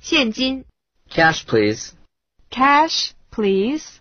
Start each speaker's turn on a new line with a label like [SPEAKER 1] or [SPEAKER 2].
[SPEAKER 1] 现金
[SPEAKER 2] Cash, please.
[SPEAKER 3] Cash, please.